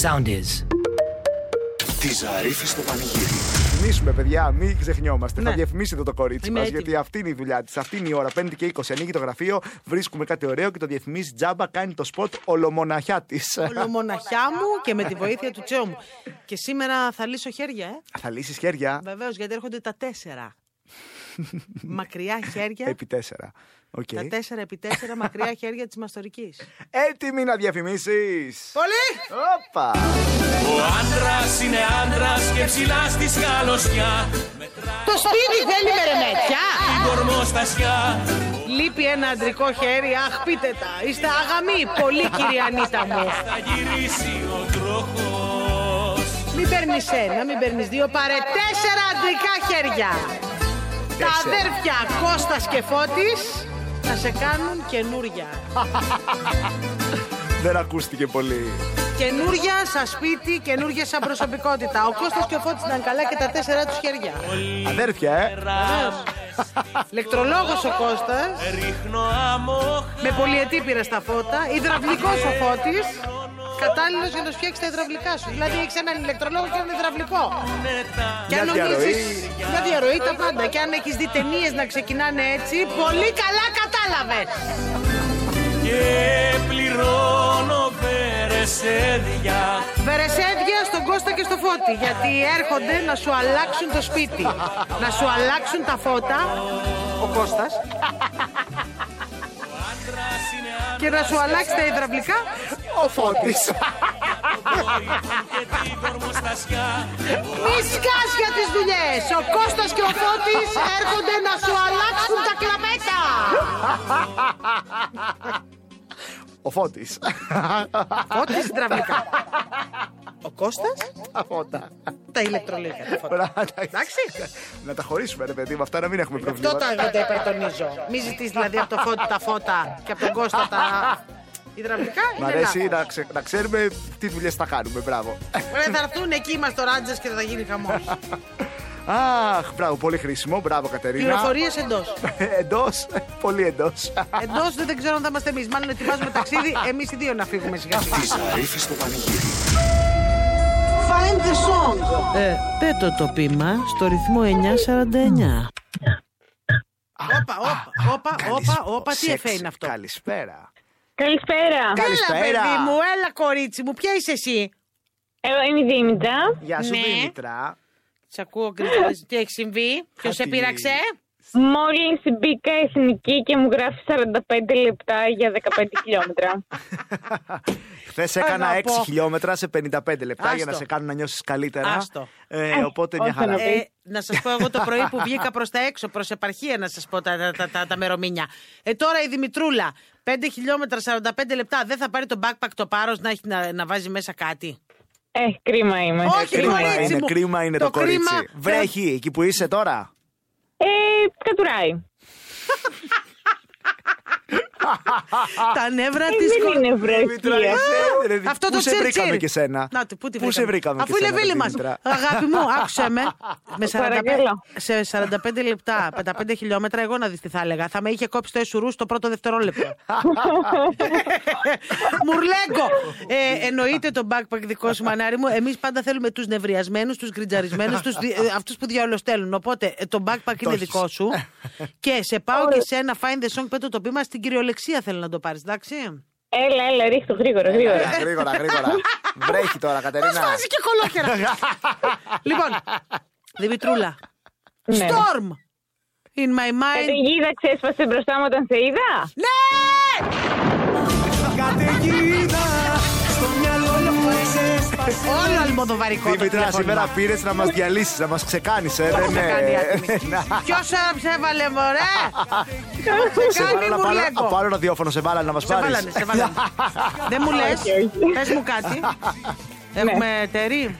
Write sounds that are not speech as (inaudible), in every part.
Sound is. Τη Ζαρίφη στο πανηγύρι. Θυμίσουμε, παιδιά, μην ξεχνιόμαστε. Ναι. Θα διαφημίσει εδώ το κορίτσι Είμαι μας, έτοιμη. γιατί αυτή είναι η δουλειά της. Αυτή είναι η ώρα. 5 και 20. Ανοίγει το γραφείο, βρίσκουμε κάτι ωραίο και το διαφημίζει τζάμπα. Κάνει το σποτ ολομοναχιά της. Ολομοναχιά μου και με τη βοήθεια του Τσέου μου. Και σήμερα θα λύσω χέρια, ε. Θα λύσεις χέρια Βεβαίως, γιατί έρχονται τα τέσσερα. μακριά χέρια. επί 4. Okay. τα τέσσερα επί τέσσερα μακριά χέρια της μαστορικής. Έτοιμοι να διαφημίσεις. Πολύ! Όπα! Ο άντρας είναι άντρας και ψηλά στη σκαλωσιά. Το σπίτι θέλει μερεμέτια. Την κορμό στα σκιά. Λείπει ένα αντρικό χέρι, αχ πείτε τα. Είστε αγαμοί, πολύ κυρία Ανίτα μου. Θα γυρίσει ο τροχός Μην παίρνεις ένα, μην παίρνεις δύο, πάρε τέσσερα αντρικά χέρια. Τα Τέσσερα. αδέρφια Κώστας και Φώτης θα σε κάνουν καινούρια. Δεν ακούστηκε πολύ. Καινούρια σαν σπίτι, καινούρια σαν προσωπικότητα. Ο Κώστας και ο Φώτης ήταν καλά και τα τέσσερα τους χέρια. Αδέρφια, ε! Βεβαίως. Λεκτρολόγος ο Κώστας, Ρίχνω αμόχα με πολυετή πήρε στα φώτα, υδραυλικός ο Φώτης, κατάλληλος για να σου φτιάξει τα υδραυλικά σου. Δηλαδή έχεις έναν ηλεκτρολόγο και έναν υδραυλικό. Και Μια αν νομίζεις διαρροή. μια διαρροή τα πάντα. Και αν έχεις δει ταινίες να ξεκινάνε έτσι, πολύ καλά κατάλαβες. και πληρώνω περεσέδια. Βερεσέδια στον Κώστα και στο Φώτη, γιατί έρχονται να σου αλλάξουν το σπίτι. να σου αλλάξουν τα φώτα, ο Κώστας. και να σου αλλάξει τα υδραυλικά. Ο φώτης! Και την κορμό στα σκιά. Μη σκάς για τις δουλειές. Ο Κώστας και ο Φώτης έρχονται να σου αλλάξουν τα κλαμπέτα. Ο φώτης. Φώτης υδραυλικά. Ο Κώστας Τα φώτα. τα ηλεκτρολόγια. του Φώτη. Μπράβο, Εντάξει. Να τα χωρίσουμε, ρε παιδί, με αυτά να μην έχουμε Αυτό προβλήματα. τα δεν τα υπερτονίζω. Μη ζητείς δηλαδή από το φώτι τα φώτα και από τον Κώστα τα υδραυλικά. Μ' είναι αρέσει λάθος. να, ξε- να ξέρουμε τι δουλειές θα κάνουμε. Μπράβο. (laughs) Ωραία, θα έρθουν εκεί μας το ράντζες και θα γίνει χαμός. Αχ, μπράβο, πολύ χρήσιμο. Μπράβο, Κατερίνα. (laughs) Πληροφορίες εντός. Εντός, πολύ εντός. Εντός δεν, δεν ξέρω αν θα είμαστε εμείς. Μάλλον ετοιμάζουμε ταξίδι, εμείς οι δύο να φύγουμε σιγά σιγά. Τη Ζαρίφη στο πανηγύρι. Find the song. Ε, πέτω το πείμα στο ρυθμό 949. Όπα, όπα, όπα, όπα, όπα, τι εφέ είναι αυτό. Καλησπέρα. Καλησπέρα. Έλα, Καλησπέρα. παιδί μου, έλα, κορίτσι μου, ποια είσαι εσύ. Εγώ είμαι η Δήμητρα. Γεια σου, Ναι. Δήμητρα. Σ' ακούω, Κρυστάλλες. Τι έχει συμβεί, ποιος σε Κάτι. πείραξε. Μόλις μπήκα εθνική και μου γράφει 45 λεπτά για 15 (laughs) χιλιόμετρα. Χθες έκανα 6 Αγαπώ. χιλιόμετρα σε 55 λεπτά για να Ε, Άστο. σε κάνω να νιώσεις καλύτερα. Άστο. Ε, οπότε μια όχι χαρά. να Ε, να σας πω εγώ το πρωί που βγήκα προς τα έξω, προς επαρχία, να σας πω τα, τα, τα, τα, τα μερομήνια. Ε, τώρα η Δημητρούλα, 5 χιλιόμετρα, 45 λεπτά, δεν θα πάρει το backpack το πάρος να, έχει- να, να βάζει μέσα κάτι. Ε, κρίμα είμαι. Όχι, κρίμα κορίτσι είναι, μου. κρίμα είναι το, Το κορίτσι. κρίμα- Βρέχει εκεί που είσαι τώρα. Ε, κατουράει. Τα νεύρα Ε, της δεν είναι βρέφη. είσαι, ρε, Αυτό πού το σε Churchill. βρήκαμε και σένα. Να του, πού, τη σε βρήκαμε Αφού και είναι σένα, φίλη ρε, μας. Δήμητρα. Αγάπη μου, άκουσε με. με 45, Παρακαλώ. σε 45 λεπτά, 55 χιλιόμετρα, εγώ να δεις τι θα έλεγα. Θα με είχε κόψει το εσουρού στο πρώτο (laughs) δευτερόλεπτο. Μουρλέγκο! Ε, εννοείται το backpack δικό σου μανάρι μου. Εμείς πάντα θέλουμε τους νευριασμένους, τους γκριτζαρισμένου, τους, δι- ε, αυτούς που διαολοστέλνουν. Οπότε ε, το backpack είναι έχεις. δικό (laughs) σου. και σε πάω και σε ένα find the song πέτω το πείμα στην κυριολεξία θέλω να το πάρεις, εντάξει. (laughs) Έλα, έλα, ρίχτω γρήγορα, Ωραία, γρήγορα. Ε, γρήγορα, (laughs) γρήγορα. Βρέχει τώρα, Κατερίνα. Μας βάζει και κολόχερα. (laughs) λοιπόν, Δημητρούλα. Ναι. Storm. In my mind. Καταιγίδα ξέσπασε μπροστά μου όταν σε είδα. ναι! Κατερίνα, Όλο αλμοδοβαρικό το Δήμητρα, τηλέφωνο. σήμερα πήρες να μας διαλύσεις, να μας ξεκάνει. Ε, δεν με (laughs) κάνει άτιμη. Να- Ποιος σε έβαλε, μωρέ! σε κάνει βάλα να μου πάρω- λέγω. Από άλλο ραδιόφωνο σε βάλα να μας Σε βάλανε, πάρεις. σε βάλανε. Δεν μου λες, Όχι, Ναι. όχι. πες μου κάτι. Έχουμε τέρι.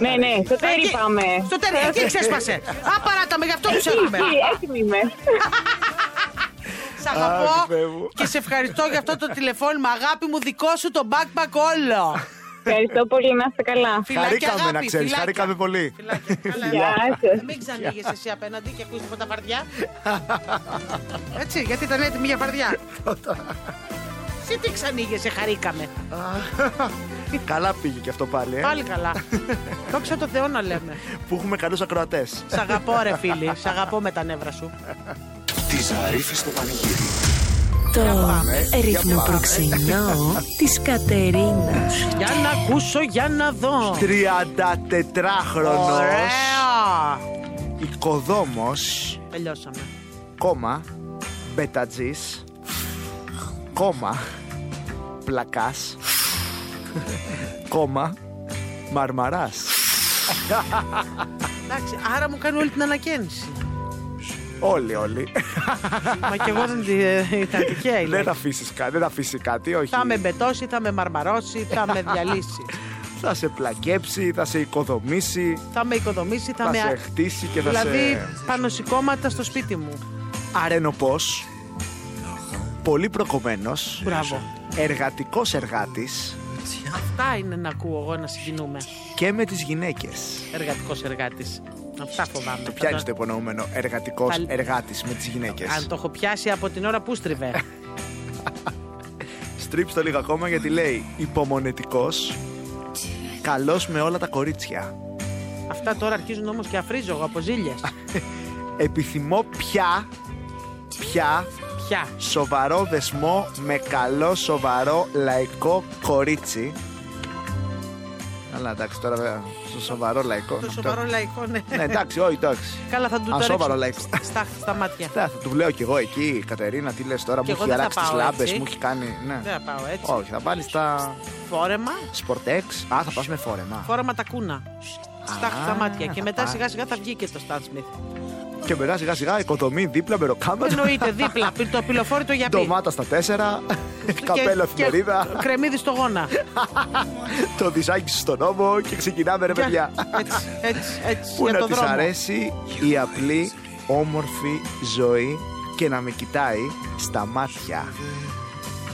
Ναι, ναι, στο τέρι Εκεί- πάμε. Ε, Στο τέρι, εκεί ξέσπασε. Απαράτα με, γι' αυτό τους Ναι. Εκεί, έχουμε. εκεί, έτοιμη είμαι. Σ' Αχ, Θεέ μου. αγαπώ και σε ευχαριστώ για αυτό το τηλεφώνημα. Αγάπη μου, δικό σου το backpack όλο. Ευχαριστώ πολύ, να είστε καλά. Φιλάκια, Χαρήκαμε αγάπη, να ξέρεις, φιλάκια. χαρήκαμε πολύ. (laughs) Φιλάκια. Καλά, Γεια σας. Μην ξανήγες εσύ απέναντι και ακούς τίποτα (laughs) βαρδιά. Έτσι, γιατί ήταν έτοιμη για βαρδιά. Εσύ τι ξανήγεσαι, χαρήκαμε. (laughs) Καλά πήγε και αυτό πάλι, ε. Πάλι καλά. (laughs) Δόξα τω Θεώ να λέμε. Που έχουμε καλούς ακροατές. Σ' αγαπώ, ρε φίλη. Σ' αγαπώ με τα νεύρα σου. Τη ζαρίφη στο πανηγύρι. Το ρυθμοπροξενό της Κατερίνας. Για να ακούσω, για να δω. 34χρονος Ωραία. οικοδόμος Τελειώσαμε. κόμμα μπετατζής κόμμα πλακάς (laughs) κόμμα μαρμαράς Εντάξει, άρα μου κάνει όλη την ανακαίνιση. όλοι όλοι Μα και εγώ δεν τη- ε, ήταν τυχαία. η δεν λέξη. θα αφήσει κάτι, δεν θα αφήσεις κάτι όχι Θα με μπετώσει, θα με μαρμαρώσει, θα με διαλύσει. θα σε πλακέψει θα σε οικοδομήσει Θα με οικοδομήσει, θα, θα, με. σε χτίσει και θα δηλαδή, σε πανοσηκώματα στο σπίτι μου. αρενοπός πολύ προκομμένος Μπράβο. εργατικός εργάτης Αυτά είναι να ακούω εγώ να συγκινούμε. και με τις γυναίκες Εργατικός εργάτης. Αυτά φοβάμαι. το Θα πιάνεις το- το υπονοούμενο εργατικός Θα- εργάτης με τις γυναίκες Αν το έχω πιάσει από την ώρα που στριβε. (laughs) Στρίψ το λίγο ακόμα γιατί λέει υπομονετικός, καλός με όλα τα κορίτσια. Αυτά τώρα αρχίζουν όμως και αφρίζω εγώ από ζήλια. Επιθυμώ πια, πια Πια. σοβαρό δεσμό με καλό σοβαρό λαϊκό κορίτσι. Αλλά εντάξει τώρα βέβαια, στο σοβαρό λαϊκό. Το σοβαρό λαϊκό, ναι. Ναι εντάξει, όχι εντάξει. Καλά, θα του Α, το σοβαρό ρίξω λαϊκό. (laughs) Στα, στα μάτια. Ναι, θα του λέω κι εγώ εκεί, Κατερίνα, τι λες τώρα, μου εγώ έχει δεν θα αράξει τις πάω λάμπες, έτσι. μου έχει κάνει... Ναι. Δεν θα πάω έτσι. Όχι, θα πάλι στα Φόρεμα, σπορτέξ. Α, θα πας με φόρεμα. φόρεμα τα κούνα. Στάχτη στα μάτια. Και θα μετά πάει. σιγά σιγά θα βγει και το (laughs) Stan Smith. Και μετά σιγά σιγά οικοδομή δίπλα με ροκάματα. Εννοείται δίπλα, πι- το πυλοφόρητο για πει. Ντομάτα στα τέσσερα. Καπέλο εφημερίδα. Κρεμίδι στο γόνα. Το δυσάκι σου στον νόμο και ξεκινάμε ρε Ε, παιδιά. Έτσι, έτσι, έτσι. Πού για να το της δρόμο. αρέσει η απλή όμορφη ζωή και να με κοιτάει στα μάτια.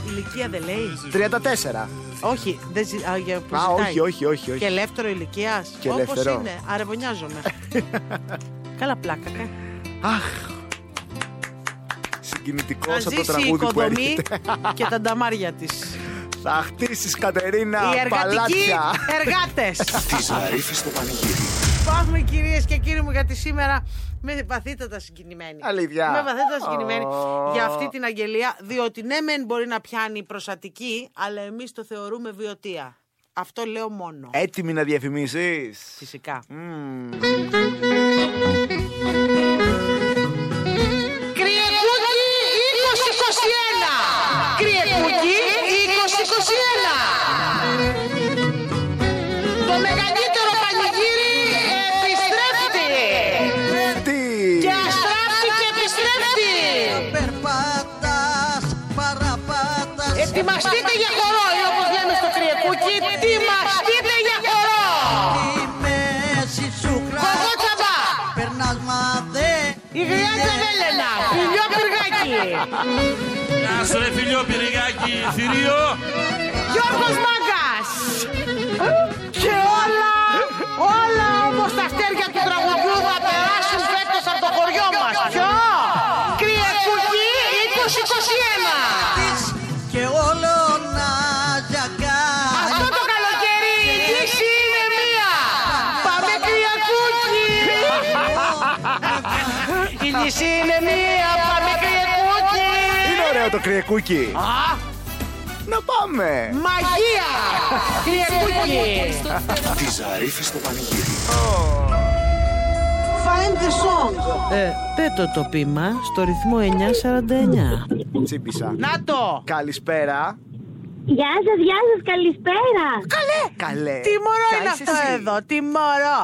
Ηλικία δεν λέει. 34. Όχι, δεν ζει- α, για- που Α, ζητάει. όχι, όχι, όχι. Και όχι. ελεύθερο ηλικίας. Και Όπω ελεύθερο. είναι, (laughs) αρεβωνιάζομαι. Καλά πλάκα. κα. Αχ. Συγκινητικός Να από το ζήσει η τραγούδι που οικοδομή έρχεται. και τα νταμάρια της. Θα χτίσεις Κατερίνα Οι εργατικοί παλάτια. εργάτες. (laughs) Της ζαρίφη στο πανηγύρι. Πάμε κυρίες και κύριοι μου, γιατί σήμερα με βαθύτατα συγκινημένη. Αλήθεια. Με βαθύτατα συγκινημένη Ω. για αυτή την αγγελία. Διότι ναι, μεν μπορεί να πιάνει προσατική, αλλά εμείς το θεωρούμε βιωτία. Αυτό λέω μόνο. Έτοιμη να διαφημίσεις. Φυσικά. Κρυεκούκι 2021! Κρυεκούκι 2021! Το μεγαλύτερο πανηγύρι επιστρέφει! Τι. Αστράφει και επιστρέφει! Περπάτας, παραπάτας Ετοιμαστείτε για χορό, ή όπως λέμε στο Κρυεκούκι, ετοιμαστείτε για χορό! Τη μέση σου Κοκό χράσα τσαμπά! Περνάς μα δεν Η γριά Τζαβέλενα, φιλιό πυργάκι! Γεια σου ρε φιλιό πυριγάκι θηρίο Γιώργος Μάγκας! Και όλα, όλα όμως τα αστέρια του τραγουδιού θα περάσουν φέτος από το χωριό μας. Ποιο? Κρυεκούκι 2021! της Και όλο να ζαγκάς Αυτό το καλοκαίρι η λύση είναι μία! Πάμε (laughs) Κρυεκούκι! Η λύση είναι μία, πάμε κρυεκούκι! Είναι ωραίο το κρυεκούκι. Να πάμε. Μαγεία! Κρυεκούκι! Τη ζαρίφη στο πανηγύρι. Find the song! Ε, πέτω το πείμα στο ρυθμό 949. Τσίμπησα. Να το! Καλησπέρα. Γεια σας, γεια σας, καλησπέρα. Ε, Καλέ. Τι μωρό Ποια είναι είσαι αυτό εσύ? εδώ, τι μωρό!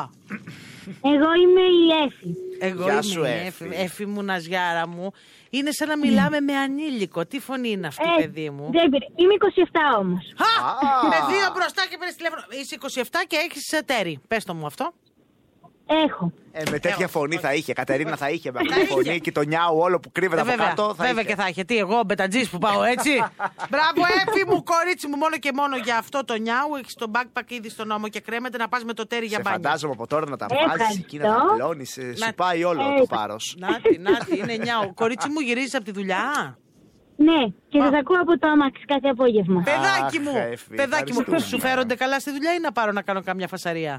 Εγώ είμαι η Έφη. Εγώ Γεια είμαι σου, η Έφη. Έφη μου, ναζιάρα μου. Είναι σαν να μιλάμε με ανήλικο. Τι φωνή είναι αυτή, Ε, παιδί μου. δεν πειρά- Είμαι 27 όμως. Α! Α. Με δύο μπροστά και παίρνει τηλέφωνο. Είσαι 27 και έχεις εταίρη. Πες το μου αυτό. Έχω. Ε, με τέτοια φωνή θα είχε. Κατερίνα θα είχε. Με αυτή τη είχε. φωνή και το νιάου όλο που κρύβεται Ε, από βέβαια, κάτω. Θα βέβαια είχε. και θα είχε. Τι, εγώ μπετατζής που πάω έτσι. (laughs) Μπράβο, έφη μου, κορίτσι μου, μόνο και μόνο για αυτό το νιάου. Έχεις τον backpack ήδη στον νόμο και κρέμεται να πας με το τέρι για Σε μπάνιο. φαντάζομαι από τώρα να τα Ευχαριστώ. βγάζει εκεί, να τα πλώνεις. Σου Να- πάει όλο Ε, το πάρο. Νάτι, νάτι, είναι νιάου. Κορίτσι μου, γυρίζεις από τη δουλειά. Ναι, και σας ακούω από το άμαξι κάθε απόγευμα. Παιδάκι Αχ, μου, Εφη, παιδάκι μου, ευχαριστούμε. σου φέρονται καλά στη δουλειά ή να πάρω να κάνω καμιά φασαρία.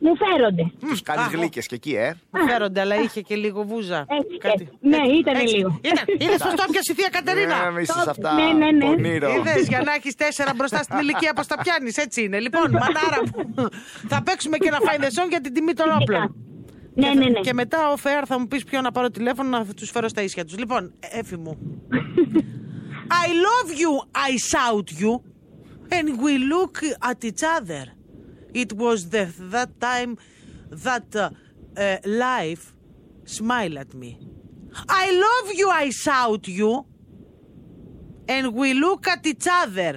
Μου φέρονται. Τους κάνεις αχ, γλύκες και εκεί, ε. Μου φέρονται, αλλά είχε και λίγο βούζα. Έτσι και έτσι. Ναι, ήταν λίγο. Ήταν. (laughs) Είδες πως το έπιασε η θεία Κατερίνα. Ε, Μην Ε, σε αυτά. Ναι, ναι, ναι. Πονήρω. Είδες για να έχεις τέσσερα μπροστά στην ηλικία πώς τα πιάνεις, έτσι είναι. Λοιπόν, μανάρα μου, θα παίξουμε και ένα find the song για την τιμή των όπλων. Ναι, ναι, ναι. Και μετά ο Φέαρ θα μου πεις ποιο να πάρω τηλέφωνο να τους φέρω στα ίσια τους. Λοιπόν, ε, έφη (laughs) μου. I love you, I shout you, and we look at each other. It was the, that time that uh, uh, life smiled at me. I love you, I shout you, and we look at each other.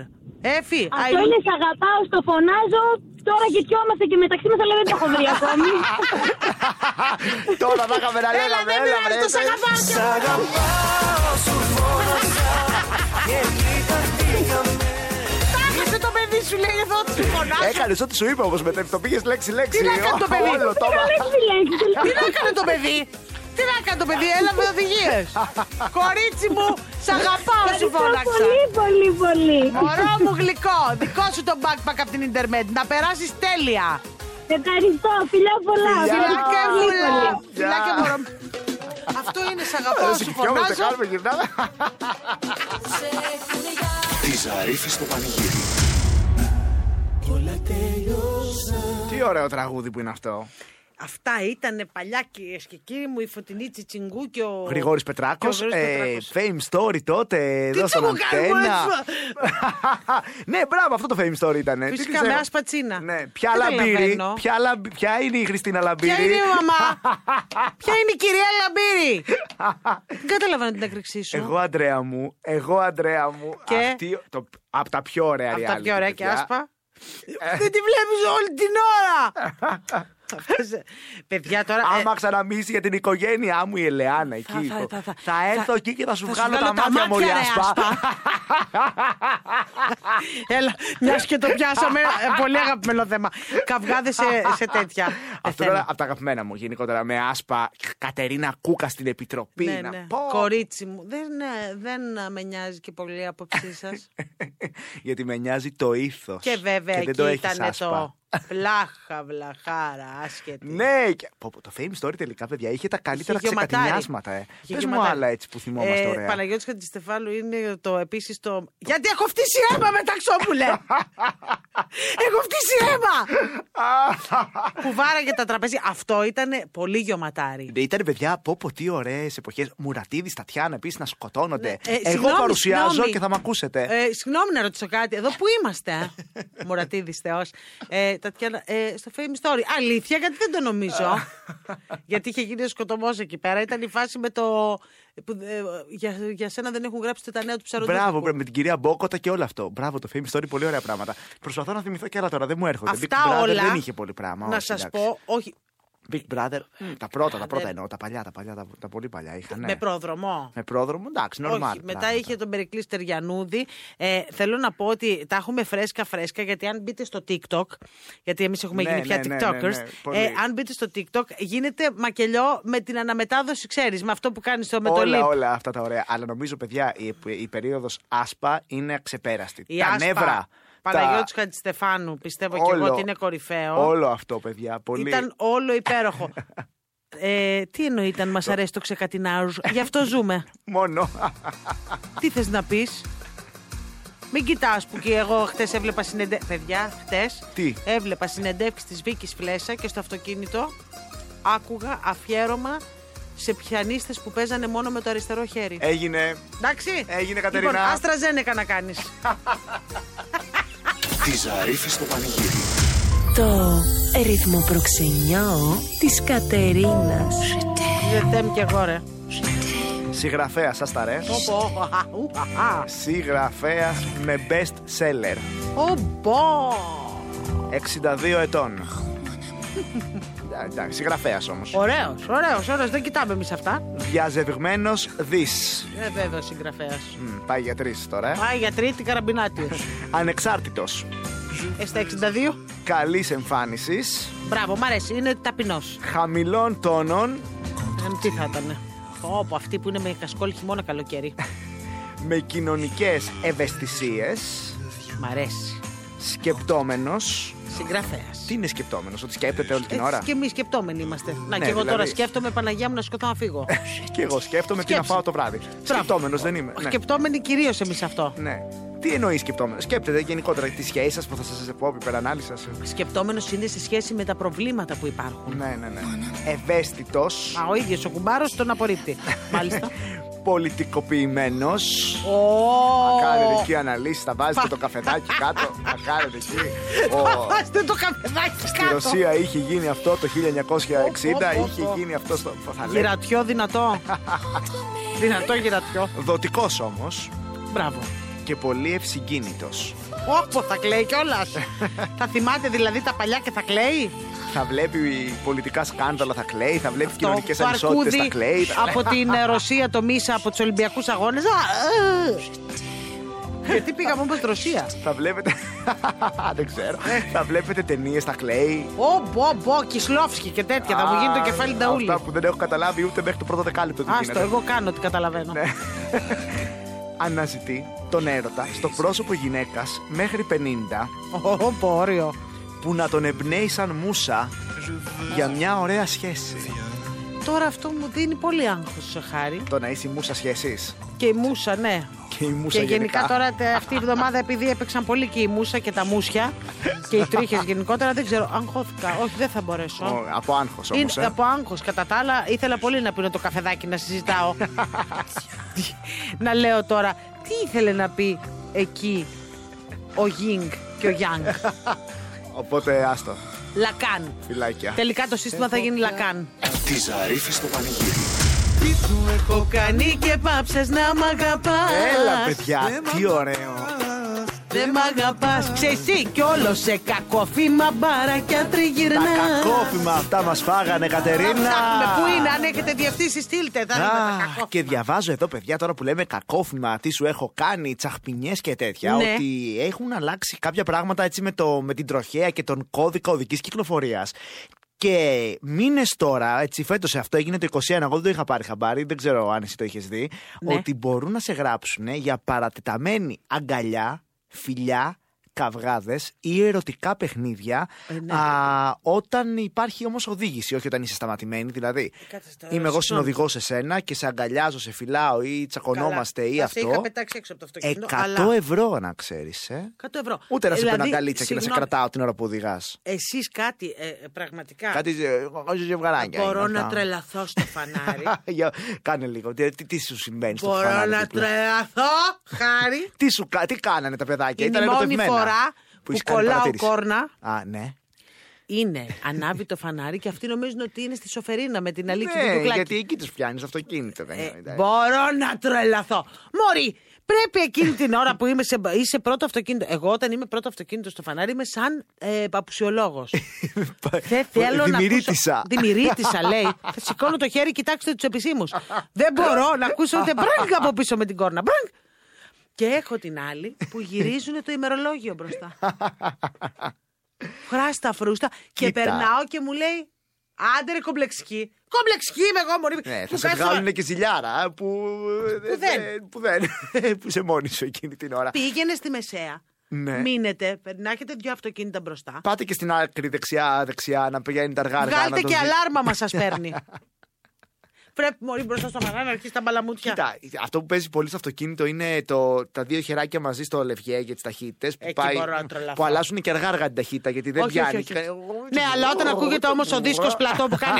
Έφη, I Αυτό είναι σ' αγαπάω, στο φωνάζω. Τώρα κοιτιόμαστε και μεταξύ μας, αλλά δεν το έχω βρει ακόμη. Τώρα θα είχαμε να λέγαμε. Έλα, πειράζει, βρε, ναι, το σ' Εφη. αγαπάω κι εγώ. Τάχασε το παιδί σου, λέει εδώ, τι φωνάζω. Έκανες ό,τι σου είπα όμως μετά. Το πήγες λέξη-λέξη. Τι να κάνει το παιδί. Όλο το Καλά, μα- έτσι μιλάει. Τι να έκανε το παιδί! Τι να έκανε το παιδί, έλαβε οδηγίε. (laughs) Κορίτσι μου, σ' αγαπάω, σου Ευχαριστώ φώναξα. πολύ, πολύ, πολύ. Μωρό μου γλυκό, δικό σου το backpack από την Ιντερνετ. Να περάσεις τέλεια. Ευχαριστώ, φιλιά πολλά. Φιλιά. Ευχαριστώ Φιλάκια πολύ, μου, πολύ. Γεια. φιλάκια μωρό μου. Αυτό είναι σ' αγαπάω, Δεν σου συγκεκριόμαστε, φωνάζω. κάνουμε, Ε, γυρνάμε. Τη Ζαρίφη στο πανηγύρι. Τι ωραίο τραγούδι που είναι αυτό. Αυτά ήταν παλιά κυρίες και κύριοι μου, η φωτεινή Τσιτσιγκού και ο. Γρηγόρης Πετράκος, Και ο Γρηγόρης ε, Πετράκος. Fame Story τότε, εδώ στον τσαμουκάρι μου Αντένα. (laughs) έτσι. ναι, μπράβο, αυτό το Fame Story ήταν. ε. Τι Φυσικά, ξέρω. με ασπατσίνα. Ναι, ποια Δεν λαμπύρη, καταλαβαίνω. ποια, λαμπ- ποια είναι η Χριστίνα Λαμπύρη. Ποια είναι η (laughs) μαμά, ποια είναι η κυρία Λαμπύρη. Δεν καταλαβαίνω την έκρηξή σου. Εγώ, Αντρέα μου, εγώ, Αντρέα μου, Και? αυτή, το, από τα πιο ωραία Αυτά reality, πιο ωραία και παιδιά. Ε. άσπα. Δεν τη βλέπεις όλη την ώρα. Αυτός, ε, Παιδιά τώρα. ε, Άμα ξαναμίσει για την οικογένειά μου η Ελεάνα εκεί. θα- θα- θα- θα έρθω θα- εκεί και θα σου θα σου βγάλω τα βγάλω τα μάτια μου, ρε μάτια, ρε, Άσπα. Έλα, μιας και το πιάσαμε. ε, Πολύ αγαπημένο θέμα. Καυγάδες σε, σε τέτοια. Δεν Αυτό θέλω. ήταν από τα αγαπημένα μου γενικότερα. Με άσπα Κατερίνα Κούκα στην επιτροπή. Ναι, να ναι. πω. Κορίτσι μου, δεν, ε, δεν ε, με νοιάζει και πολύ η άποψή σας. (laughs) Γιατί με νοιάζει το ήθος. και βέβαια δεν εκεί έχεις ήταν άσπα. το. Βλάχα, βλαχάρα, άσχετη. Ναι, και... πω, πω, το Fame Story τελικά, παιδιά, είχε τα καλύτερα Είχε γεωματάρι. ξεκατηνιάσματα. Ε. Είχε Πες μου γεωματάρι. άλλα έτσι που θυμόμαστε Ε, ωραία. (laughs) Παναγιώτης Χατζηστεφάλου είναι το επίσης το... Γιατί έχω φτύσει αίμα με (laughs) ταξόπουλε! έχω φτύσει αίμα! που βάραγε τα τραπέζια. Αυτό ήταν πολύ γιωματάρι. Ναι, Ήταν παιδιά, πω πω τι ωραίες εποχές. Μουρατίδης, Τατιάν επίσης να σκοτώνονται. Ναι, ε, Εγώ συγγνώμη, παρουσιάζω συγγνώμη. και θα με ακούσετε. Ε, συγγνώμη να ρωτήσω κάτι. Εδώ που είμαστε, (laughs) ε? Μουρατίδης Θεός. Ε, Τατιάνα, ε, στο Fame Story. Αλήθεια, γιατί δεν το νομίζω. (laughs) γιατί είχε γίνει ο σκοτωμός εκεί πέρα. Ήταν η φάση με το... που, ε, για, για σένα δεν έχουν γράψει τα νέα του ψαροδίκου. Μπράβο, μπρα- με την κυρία Μπόκοτα και όλο αυτό. Μπράβο, το Fame Story, πολύ ωραία πράγματα. Προσπαθώ να θυμηθώ και άλλα τώρα, δεν μου έρχονται. Αυτά Big Brother όλα. δεν είχε πολύ πράγμα. Να όχι, σας εντάξει. πω, όχι. Big Brother, τα πρώτα, τα πρώτα Brother. εννοώ, τα παλιά, τα παλιά, τα, τα πολύ παλιά είχαν. ναι. Με πρόδρομο. Με πρόδρομο, εντάξει, normal. Όχι, μετά πράγματα. είχε τον Περικλή Στεριανούδη. Ε, θέλω να πω ότι τα έχουμε φρέσκα φρέσκα γιατί αν μπείτε στο TikTok, γιατί εμείς έχουμε Ναι, γίνει πια ναι, ναι, TikTokers, ναι, ναι, πολύ. ε, αν μπείτε στο TikTok γίνεται μακελιό με την αναμετάδοση, ξέρεις, με αυτό που κάνεις στο με το Όλα, lip. όλα αυτά τα ωραία. Αλλά νομίζω, παιδιά, η, η περίοδος άσπα είναι ξεπέραστη. Η τα Άσπα, νεύρα. Παναγιώτης Χατζηστεφάνου, πιστεύω και εγώ Όλο. ότι είναι κορυφαίο. Όλο αυτό, παιδιά. Πολύ. Ήταν όλο (laughs) υπέροχο. Ε, τι εννοεί ήταν μας αρέσει το ξεκατινάζ, γι' αυτό (laughs) ζούμε. Μόνο. Τι θες να πεις Μην κοιτάς που και εγώ χτες έβλεπα συνεντεύξη. Παιδιά, χτες Τι? έβλεπα συνεντεύξη της Βίκης Φλέσα και στο αυτοκίνητο άκουγα αφιέρωμα σε πιανίστες που παίζανε μόνο με το αριστερό χέρι. Έγινε. Εντάξει. Ε, έγινε, Κατερίνα. Λοιπόν, άστρα ζένεκα να κάνεις. Τη Ζαρίφη στο πανηγύρι. Το ρυθμοπροξενιό της Κατερίνας. Δεν Ε, κι εγώ ρε. Συγγραφέα, σας τα ρε. Ωπο, ωπο, α, ου, α, α. Συγγραφέα με best seller. Ωπο. 62 ετών. Ε, Εντάξει, συγγραφέας όμως. Ωραίος, ωραίος, ωραίος. Δεν κοιτάμε εμείς αυτά. Διαζευγμένος δις. Ε, βέβαια, συγγραφέας. Πάει για τρεις τώρα. Ε. Πάει για τρίτη καραμπινάτιος. Ανεξάρτητος. Ε, στα 62. Καλής εμφάνισης. Μπράβο, μ' αρέσει. Είναι ταπεινός. Χαμηλών τόνων. Ε, τι θα ήταν. Όπου αυτοί που είναι με κασκόλ χειμώνα καλοκαίρι. με κοινωνικές ευαισθησίες, Μ' αρέσει. σκεπτόμενος... Συγγραφέας. Τι είναι σκεπτόμενος, ότι σκέπτεται όλη την Έτσι ώρα. και εμείς σκεπτόμενοι είμαστε. Να Ναι, και εγώ τώρα δηλαδή. σκέφτομαι Παναγία μου να σκοτώ να φύγω. Και εγώ σκέφτομαι τι να Σκέψη. φάω το βράδυ. Σκεπτόμενος δεν είμαι. Ναι. Σκεπτόμενοι κυρίως εμείς αυτό. Ναι. Τι εννοείς σκεπτόμενος. Σκέπτεται γενικότερα τη σχέση σα που θα σας πω, υπερανάλυση σας. Σκεπτόμενος είναι σε σχέση με τα προβλήματα που υπάρχουν. Ναι, ναι, ναι. Ευαίσθητο. Α, ο ίδιος ο κουμπάρος τον (laughs) απορρίπτει. Μάλιστα. Πολιτικοποιημένος. Ω! Κάνετε εκεί αναλύσεις, θα βάζετε Πα- το καφεδάκι κάτω. Θα κάνετε εκεί. Θα Ο- Βάστε το καφεδάκι Στη κάτω. Ρωσία είχε γίνει αυτό το 1960, Πω, πω, είχε πω. γίνει αυτό στο. Θα λέω. Γυρατιό δυνατό. δυνατό γυρατιό. Δοτικός όμως Μπράβο. και πολύ ευσυγκίνητος. Όπω θα κλαίει κιόλας. (laughs) θα θυμάται δηλαδή τα παλιά και θα κλαίει. Θα βλέπει πολιτικά σκάνδαλα, θα κλαίει, θα βλέπει Το- κοινωνικέ το ανισότητες, θα αρκούδι κλαίει. θα- από την ε, Ρωσία το μίσα από τους Ολυμπιακούς Αγώνες. Γιατί ε. πήγαμε όμως Ρωσία. Θα βλέπετε. (laughs) Δεν ξέρω. θα βλέπετε ταινίες, θα κλαίει. Ω, μπο, μπο, Κισλόφσκι και τέτοια. Θα μου γίνει το κεφάλι νταούλι. νταούλι. Αυτά που δεν έχω καταλάβει ούτε μέχρι το πρώτο δεκάλεπτο. τι Άστο, γίνεται. εγώ κάνω ότι καταλαβαίνω. Ναι. Αναζητεί τον έρωτα στο πρόσωπο γυναίκας μέχρι 50 Ω, πω, όριο. που να τον εμπνέει σαν μουσα για μια ωραία σχέση. Τώρα αυτό μου δίνει πολύ άγχος, χάρη. Το να είσαι η μουσα σχέσης. Και η Μούσα, ναι. Και η μουσα Και γενικά τώρα τε- αυτή η εβδομάδα επειδή έπαιξαν πολύ και η Μούσα και τα Μούσια και οι τρίχες γενικότερα, δεν ξέρω. Αγχώθηκα. Όχι, δεν θα μπορέσω. Ο- από ε. άγχο όμω. Είναι από άγχος. Κατά τα άλλα, ήθελα πολύ να πίνω το καφεδάκι να (laughs) συζητάω. να λέω τώρα, τι ήθελε να πει εκεί ο Ying και ο Yang. (laughs) Οπότε άστο. Λακάν. Φυλάκια. Τελικά το σύστημα θα γίνει Λακάν. Τη Ζαρίφη στο πανηγύρι. Τι του έχω Κάνει και πάψες να μ' αγαπάς Έλα, παιδιά, τι ωραίο. Δεν μ' αγαπάς Ξέρεις τι κι όλο σε κακό φήμα μπαρακιά τριγυρνά Τα κακόφημα αυτά μας φάγανε, Κατερίνα. Ψάχνουμε πού είναι, αν έχετε διευθύνσει στείλτε Θα δούμε τα Α, κακόφημα. και διαβάζω εδώ, παιδιά, τώρα που λέμε κακόφημα, τι σου έχω κάνει, τσαχπινιές και τέτοια, Ναι. ότι έχουν αλλάξει κάποια πράγματα έτσι με, το, με την τροχέα και τον κώδικα οδικής κυκλοφορίας. Και μήνες τώρα, έτσι φέτος αυτό έγινε το 21, εγώ δεν το είχα πάρει χαμπάρι, δεν ξέρω αν εσύ το είχες δει, Ναι. ότι μπορούν να σε γράψουν για παρατεταμένη αγκαλιά, φιλιά, καυγάδες ή ερωτικά παιχνίδια Ε, ναι. α, όταν υπάρχει όμως οδήγηση, όχι όταν είσαι σταματημένη. Δηλαδή, Κάτσε τώρα, είμαι εγώ συγγνώμη. συνοδηγό σε σένα και σε αγκαλιάζω, σε φιλάω ή τσακωνόμαστε Καλά. ή Θα σε αυτό. είχα πετάξει έξω από το αυτοκίνητο 100 αλλά... ευρώ να ξέρεις. Ε. 100 ευρώ Ούτε να σε Δηλαδή, παίρνω αγκαλίτσα και να σε συγγνώμη, κρατάω την ώρα που οδηγάς. εσείς κάτι ε, ε, πραγματικά Κάτι ε, όχι ζευγαράκια. Μπορώ είναι να αυτά. τρελαθώ (laughs) στο φανάρι Για- Κάνε λίγο. Τι, τι, τι σου συμβαίνει στο Μπορώ φανάρι να δίπλα. τρελαθώ Χάρη Τι, σου, κα- τι κάνανε τα παιδάκια, Είναι η ήταν μόνη ερωτευμένα. φορά που έχεις κάνει κολλάω παρατήρηση. κόρνα. Α, ναι. Είναι, ανάβει το φανάρι και αυτοί νομίζουν ότι είναι στη σοφερίνα με την αλήκη του ναι κουκλάκι. γιατί εκεί του πιάνεις αυτοκίνητα. δεν είναι, Ε, εντάξει. μπορώ να τρελαθώ. Μωρή, πρέπει εκείνη την ώρα που είμαι σε, είσαι πρώτο αυτοκίνητο. Εγώ όταν είμαι πρώτο αυτοκίνητο στο φανάρι είμαι σαν ε, παπουσιολόγος. (laughs) Ε, Δεν θέλω να. Δημηρίτησα. Ακούσω... (laughs) Δημηρίτησα, λέει. Θα σηκώνω το χέρι, κοιτάξτε τους επισήμους. Δεν μπορώ να ακούσω ούτε μπραγκ από πίσω με την κόρνα. Μπραγκ. Και έχω την άλλη που γυρίζουν το ημερολόγιο μπροστά. Χράστα φρούστα και Κοίτα. περνάω και μου λέει. Άντερε κομπλεξική. Κομπλεξική είμαι εγώ, μωρή. Ναι, θα Μου σε κάνεις βγάλουν και ζηλιάρα α, που, Που δεν. ε, που, δεν. (laughs) που είσαι μόνη σου εκείνη την ώρα. Πήγαινε στη μεσαία. Ναι. Μείνετε, περνάχετε δύο αυτοκίνητα μπροστά. Πάτε και στην άκρη δεξιά, δεξιά να πηγαίνει τα αργά. αργά, να Βγάλτε τον και δει. αλάρμα μας σας (laughs) παίρνει. Πρέπει μόλι μπροστά στο μαρά να αρχίσει τα μπαλαμούτια. Κοίτα, αυτό που παίζει πολύ στο αυτοκίνητο είναι το, τα δύο χεράκια μαζί στο λευγέ για τις ταχύτητες. Που, Εκεί πάει- μπορώ να τρελαθώ. που αλλάζουν και αργά αργά την ταχύτητα γιατί δεν Όχι, πιάνει. όχι, όχι. Ναι, αλλά όταν ακούγεται όμως ο δίσκος πλατό που κάνει.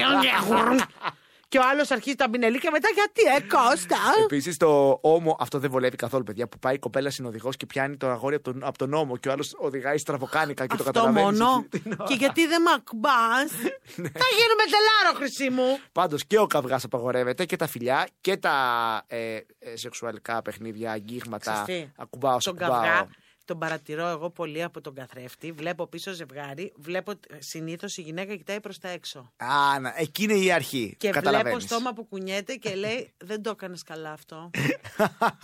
και ο άλλος αρχίζει τα μπινελί και μετά γιατί, ε, Κώστα. Επίσης το όμο, αυτό δεν βολεύει καθόλου, παιδιά. Που πάει η κοπέλα συνοδηγό και πιάνει το αγόρι από τον, από τον ώμο και ο άλλος οδηγάει στραβοκάνικα και το Αυτό καταλαβαίνεις. μόνο. και γιατί δεν μ' ακμπάς. Ναι. Θα γίνουμε τελάρο, χρυσή μου. Πάντως και ο καυγάς απαγορεύεται και τα φιλιά και τα ε, ε, σεξουαλικά παιχνίδια, αγγίγματα. Ξέρεις τι, Ακουμπάω, σε Τον ακουμπάω. καυγά. Τον παρατηρώ εγώ πολύ από τον καθρέφτη. Βλέπω πίσω ζευγάρι. Βλέπω συνήθως η γυναίκα κοιτάει προς τα έξω. Α, να- εκεί είναι η αρχή. Και βλέπω Καταλαβαίνεις. στόμα που κουνιέται και λέει Δεν το έκανες καλά (laughs) αυτό.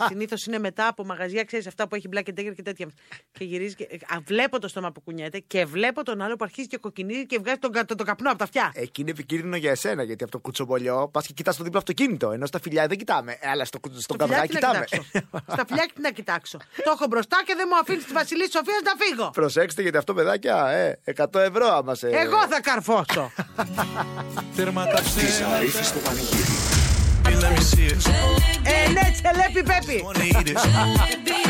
Συνήθω είναι μετά από μαγαζιά, ξέρεις αυτά που έχει μπλάκι τέγκερ και τέτοια. Και γυρίζει. Και... Α, βλέπω το στόμα που κουνιέται και βλέπω τον άλλο που αρχίζει και κοκκινίζει και βγάζει τον, κα- τον, τον καπνό από τα αυτιά. Εκεί είναι επικίνδυνο για εσένα, γιατί από το κουτσομπολιό πας και κοιτάς το δίπλο αυτοκίνητο. Ενώ στα φιλιά δεν κοιτάμε. Ε, αλλά στο, κου- στον καβγά φιλιάκι να κοιτάμε. κοιτάξω. Στα φιλιάκι τι να κοιτάξω. το έχω μπροστά και δεν μου αφήνει τη Βασιλή Σοφίας να φύγω. (laughs) Προσέξτε γιατί αυτό παιδάκια, ε, 100 ευρώ άμα σε. Εγώ θα καρφώσω. Τέρμα τα Τη ψέματα. Ζαρίφη στο πανηγύρι. Let me see it. ε, ναι, τσελέπι πέπι. Wanna eat it.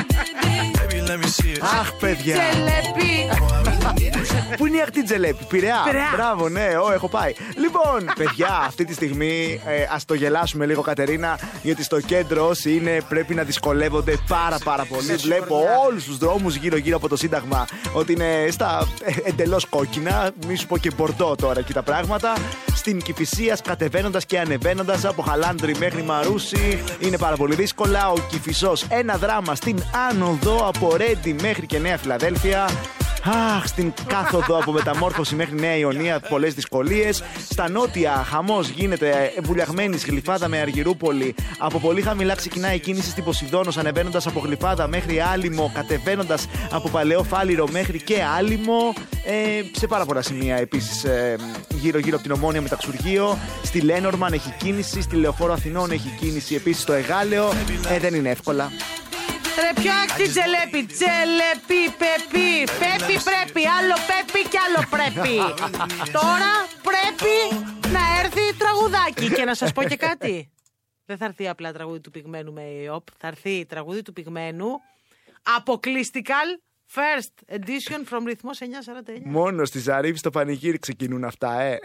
Baby, let me see it. Αχ, παιδιά. Τσελέπι. Πού είναι η ακτή τζελέπη, Πειραιά. Πειραιά. Μπράβο, ναι, ό, έχω πάει. Λοιπόν, παιδιά, αυτή τη στιγμή ε, ας το γελάσουμε λίγο, Κατερίνα, γιατί στο κέντρο όσοι είναι πρέπει να δυσκολεύονται πάρα πάρα πολύ. Βλέπω όλους τους δρόμους γύρω-γύρω από το Σύνταγμα ότι είναι στα εντελώς κόκκινα. Μη σου πω και μπορτό τώρα εκεί τα πράγματα. Στην Κυφυσία κατεβαίνοντας και ανεβαίνοντας από Χαλάνδρη μέχρι Μαρούσι είναι πάρα πολύ δύσκολα. Ο Κυφισό ένα δράμα στην άνοδο από Ρέντι μέχρι και Νέα Φιλαδέλφια. Αχ, στην κάθοδο από μεταμόρφωση μέχρι Νέα Ιωνία πολλές δυσκολίες. Στα νότια, χαμός γίνεται εμπουλιαγμένη γλυφάδα με Αργυρούπολη. Από πολύ χαμηλά ξεκινάει η κίνηση στην Ποσειδόνο, ανεβαίνοντας από γλυφάδα μέχρι άλυμο, κατεβαίνοντας από παλαιό φάληρο μέχρι και άλυμο. Ε, σε πάρα πολλά σημεία επίσης γύρω-γύρω από την Ομόνια με ταξουργείο. Στη Λένορμαν έχει κίνηση, στη Λεωφόρο Αθηνών έχει κίνηση επίσης στο Εγάλεο. Ε, δεν είναι εύκολα. Ρε ποια άκτη τσελέπι. Τσελέπι πέπι. Πέπι πρέπει. Άλλο πέπι και άλλο πρέπει. Τώρα πρέπει να έρθει τραγουδάκι. Και να σας πω και κάτι. Δεν θα έρθει απλά τραγούδι του πυγμένου με ΙΟΠ. Θα έρθει τραγούδι του πυγμένου αποκλειστικά first edition from ρυθμός 949. Μόνος στη Ζαρίφη στο πανηγύρι ξεκινούν αυτά, ε.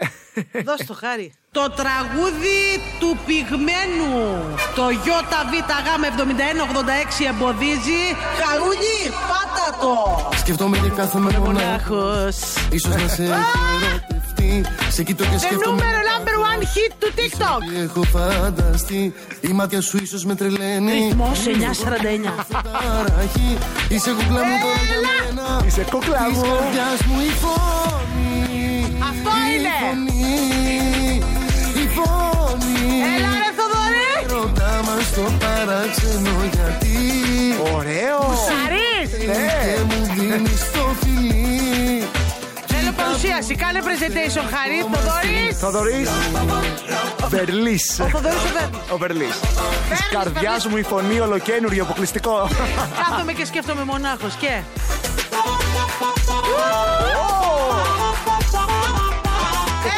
Δώσ' το χάρη. Το τραγούδι του πυγμένου. Το ΙΒΓ7186 εμποδίζει. Χαρούνι, πάτα το. Σκέφτομαι και κάθομαι μονάχα. Μονάχος. Ίσως να σε έχω ερωτευτεί. Σε κοιτώ και The σκέφτομαι. number Ε, number one hit του TikTok. τι Έχω φανταστεί. Η μάτια σου ίσως με τρελαίνει. Ρυθμός 949. Ταραχή. Είσαι κούκλα μου τώρα για μένα. Είσαι κούκλα Της μου. καρδιάς μου η φωνή. Αυτό Η είναι. φωνή. Η φωνή. Έλα ε! ρε Θοδωρή. Ρωτά μας το παράξενο γιατί. Ωραίο! Χαρίς. Ναι. Και ε! μου δίνεις το φιλί. Θέλω παρουσίαση. Κάνε presentation Χαρί. Θοδωρής. Θοδωρής. Βερλής. Ο Θοδωρής ο Βε- Ο Βερλής. Τη καρδιάς μου η φωνή ολοκένουργη, αποκλειστικό. Κάθομαι και σκέφτομαι μονάχος και...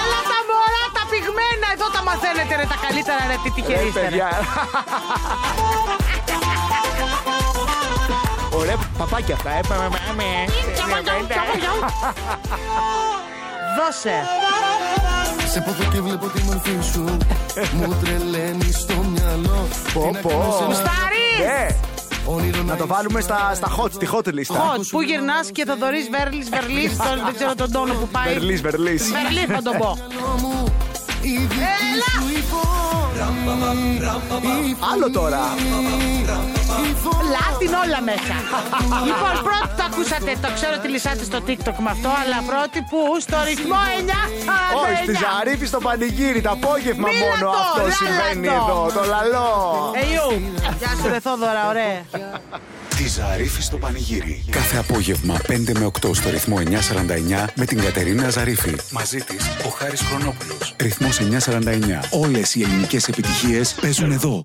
Έλα τα μωρά τα πυγμένα Εδώ τα μαθαίνετε ρε τα καλύτερα ρε τι Ε, τυχεροί είστε, ρε. παιδιά. Ωραία, παπάκια αυτά, ε. Δώσε Σε πόθο και βλέπω τη μορφή (laughs) σου Μου τρελαίνει στο μυαλό Πω, Τι να κάνω σε πω. ένα Σταρί Ναι, όνειρο να το βάλουμε στα, στα hot, στη hot ε. λίστα. Hot που γυρνάς και Θοδωρής Βέρλης Βερλής τον- Δεν ξέρω τον τόνο που πάει Βερλής, Βερλής. Βερλής θα τον πω μυαλό μου Η δική σου η φωνή Η (laughs) Άλλο τώρα. φωνή, η φωνή Λάτιν όλα μέσα Λοιπόν πρώτη το ακούσατε Το ξέρω τη λυσάτε στο TikTok με αυτό Αλλά πρώτη που στο ρυθμό 9 Όχι, στη Ζαρίφη στο πανηγύρι, το απόγευμα Μίλα μόνο το, αυτό λάλα συμβαίνει το. εδώ. Το λαλό. Εϊού Γεια σου ρε Θόδωρα ωραία Τη Ζαρίφη στο πανηγύρι. Κάθε απόγευμα 5 με 8 στο ρυθμό 949 με την Κατερίνα Ζαρίφη. Μαζί της ο Χάρης Χρονόπουλος. Ρυθμός 949. Όλες οι ελληνικές επιτυχίες παίζουν εδώ.